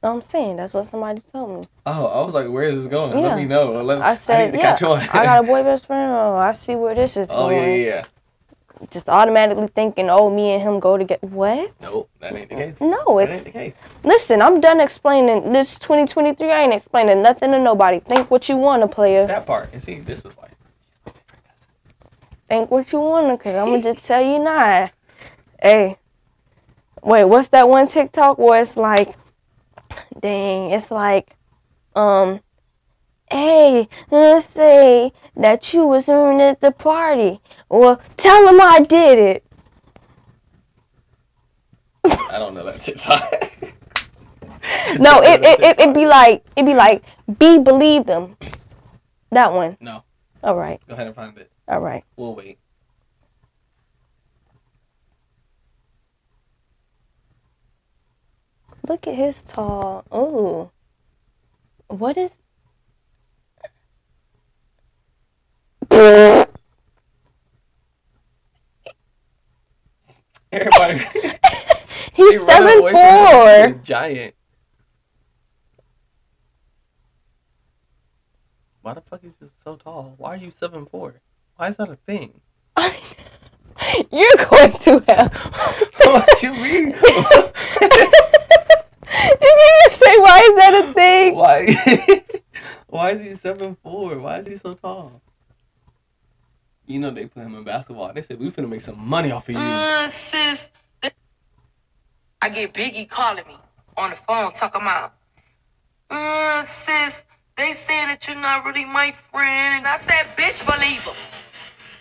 I'm saying that's what somebody told me. Oh, I was like, where is this going? Yeah. Let me know. Let, I I said, need to yeah, catch on. I got a boy best friend. Oh, I see where this is oh yeah, going. yeah, yeah. Just automatically thinking, oh, me and him go together. What? Nope, that ain't the case. No, that ain't it's the case. listen. I'm done explaining this. 2023. I ain't explaining nothing to nobody. Think what you wanna, player. That part. And see, this is like Think what you wanna, cause I'm gonna just tell you now. Hey, wait, what's that one TikTok where it's like, dang, it's like, um, hey, let's say that you was in at the party. Well, tell them I did it. I don't know that TikTok. No, Don't know that it it it TikTok. would be like it'd be like be believe them. That one. No, All right, go ahead and find it. all right. We'll wait. Look at his tall. Ooh, what is? Everybody, He's they run seven away from the- four. the Giant. Why the fuck is this so tall? Why are you seven four? Why is that a thing? You're going to hell. what you mean? Did you just say why is that a thing? Why? Why is he seven four? Why is he so tall? You know they put him in basketball. They said we finna make some money off of you. Uh, sis. th- I get Biggie calling me on the phone talking about, uh, sis, they saying that you're not really my friend. And I said, bitch, believe him.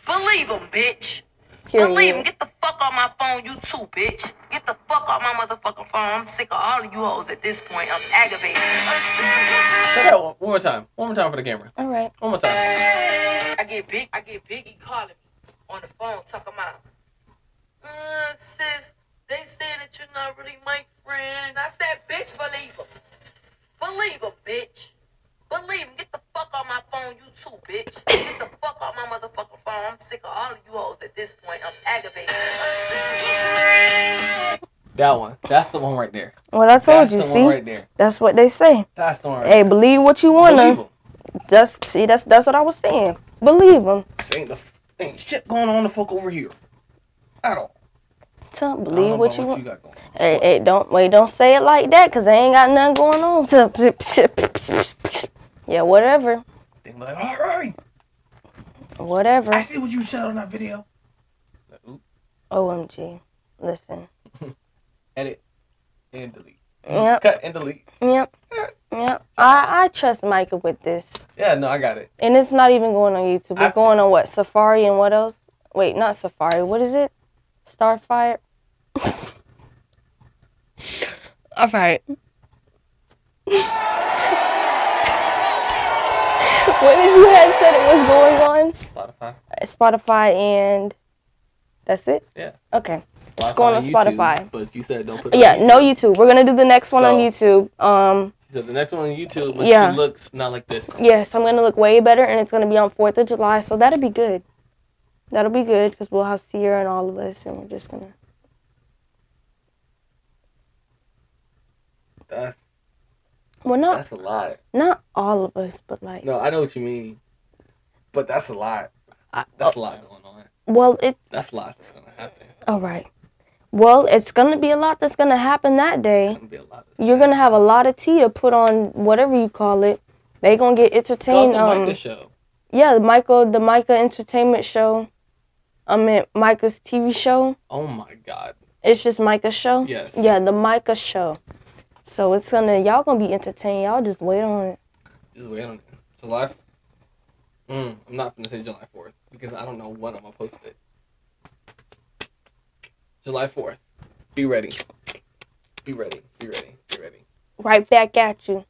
Believe him, bitch. Believe him. Period. Get the fuck off my phone, you too, bitch. Get the fuck off my motherfucking phone. I'm sick of all of you hoes at this point. I'm aggravated. Say that one, one more time. One more time for the camera. All right. One more time. I get big. I get Biggie calling me on the phone talking about, uh, sis, they saying that you're not really my friend. And I said, bitch, believe him. Believe him, bitch. Believe him. Get the fuck off my phone, you too, bitch. Get the fuck off my motherfucking phone. I'm sick of all of you hoes at this point. I'm aggravated. That one. That's the one right there. Well, I told That's you. the See, one right there. that's what they say. That's the one. Right Hey, believe what you there. wanna. Believe 'em. That's see, that's that's what I was saying. Believe him. 'Cause Ain't the ain't shit going on the fuck over here. At all. Tell 'em, I don't believe know what about you want. you got going. on. Hey, hey, don't wait, don't say it like that, cause I ain't got nothing going on. yeah, whatever, They be like, all right, I whatever. see what you said on that video. Like, Oop, Omg, listen. edit and delete. Yep, Cut and delete. yep, yep. I I trust Micah with this, Yeah, no, I got it. and it's not even going on YouTube. I- It's going on what Safari and what else? Wait, not Safari. What is it? Starfire. All right. what did you had said it was going on? Spotify. Spotify and that's it. Yeah. Okay. Spotify going on and YouTube, Spotify. But you said don't put. it Yeah. on No YouTube. YouTube. We're gonna do the next one on So- YouTube. Um. She said the next one on YouTube, but Yeah. she looks not like this. Yes, I'm gonna look way better, and it's gonna be on Fourth of July, so that'll be good. That'll be good because we'll have Sierra and all of us, and we're just gonna. That's Well, not that's a lot. not all of us, but like. No, I know what you mean, but that's a lot. I- oh. That's a lot going on. Well, it. That's a lot that's gonna happen. All right. Well, it's gonna be a lot that's gonna happen that day. It's gonna be a lot. that's You're gonna have a lot of tea to put on whatever you call it. They gonna get Call it entertained. the um, Micah show. yeah, the Michael, the Micah Entertainment Show. I mean, Micah's TV show. Oh my god. It's just Micah's show. Yes. Yeah, the Micah show. So it's gonna y'all gonna be entertained. Y'all just wait on it. Just wait on it. July. Mm, I'm not gonna say July 4th because I don't know when I'm gonna post it. July 4th. Be ready. Be ready. Be ready. Be ready. Right back at you.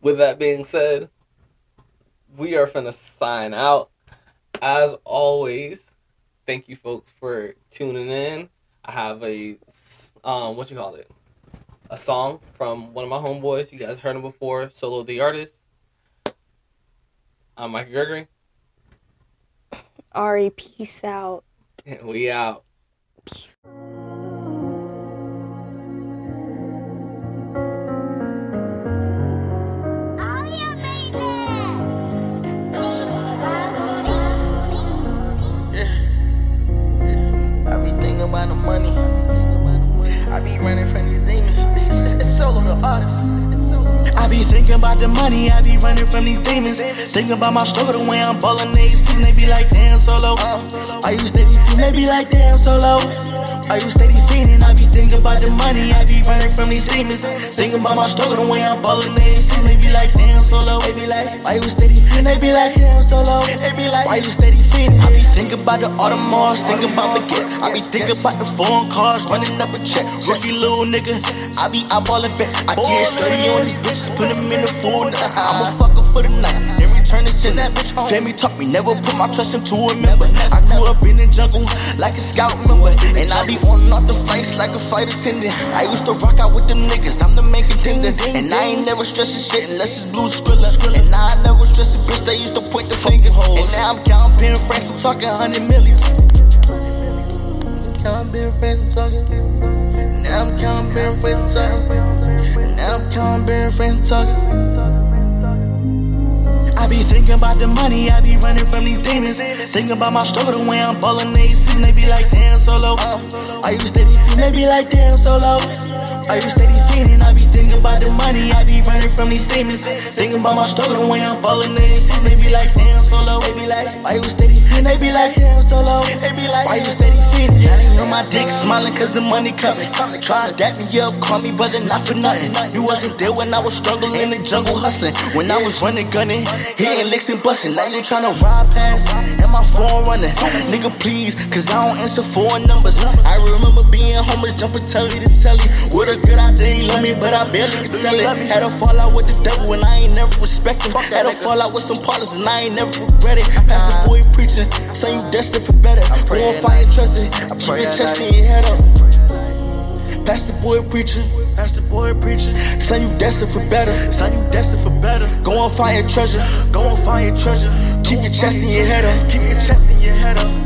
With that being said, we are finna sign out. As always, thank you folks for tuning in. I have a s- um what you call it? A song from one of my homeboys. You guys heard him before, Solo the Artist. I'm Mike Gregory. Ari, peace out. and We out. I be thinking about the money. I be thinking about the money. I be running from these demons. Solo the artist. I be thinking about the money, I be running from these demons. Thinking about my struggle, the way I'm ballin', they season, they be like, damn, solo. Are you steady fiendin'? They be like, damn, solo. Are you steady fiendin'? I be thinking about the money, I be running from these demons. Thinking about my struggle, the way I'm ballin', they season, they be like, damn, solo. They be like, why you steady fiendin'? They be like, damn, solo. They be like, why you steady fiendin'? I be thinking about the Audemars, thinking about the gifts. I be thinking about the phone cars, running up a check. Rookie little nigga, I be eyeballing vets. I get sturdy on these bitches, put them in the food. I'm a fucker for the night. then return it to that bitch home. Family taught me never put my trust into a member. I grew up in the jungle like a scout member. And I be on and off the flights like a flight attendant. I used to rock out with them niggas, I'm the main contender. And I ain't never stressing shit unless it's blue skrilla. And I never stress a bitch, they used to point the finger. And now I'm counting francs, I'm talking hundred millions. Counting Ben Franks, I'm talking. Now I'm counting Ben Franks, I'm talking. Now I'm counting Ben Franks, I'm talking. I be thinking about the money, I be running from these demons. Thinking about my struggle, the way I'm ballin' they season, they be like, damn, solo. Are you steady fiendin'? They be like, damn, solo. Are you steady fiendin'? I be thinking about the money, I be running from these demons. Thinking about my struggle, the way I'm ballin' they season, they be like, damn, solo. They be like, why you steady fiendin'? They be like, damn, solo. They be like, why you steady fiendin'? I didn't know my dick smiling cause the money coming. Try to dap me up, call me brother, not for nothing. You wasn't there when I was struggling in the jungle hustling. When I was running, gunning, hitting licks and busting. Now you tryna ride past, and my phone running. Nigga, please, cause I don't answer phone numbers. I remember being homeless, jumping telly to telly. What a good idea, you love me, but I barely could tell it. Had a fallout with the devil, and I ain't never respect him. Had a fallout with some partners, and I ain't never regret it. Pastor boy preaching, say you destined for better. Go on fire, trust it. Keep your chest and your head up. Pastor boy preaching. Pastor boy preaching. Son, you destined for better. Son, you destined for better. Go on, find your treasure. Go on, find your treasure. Keep your chest in your head up. Keep your chest in your head up.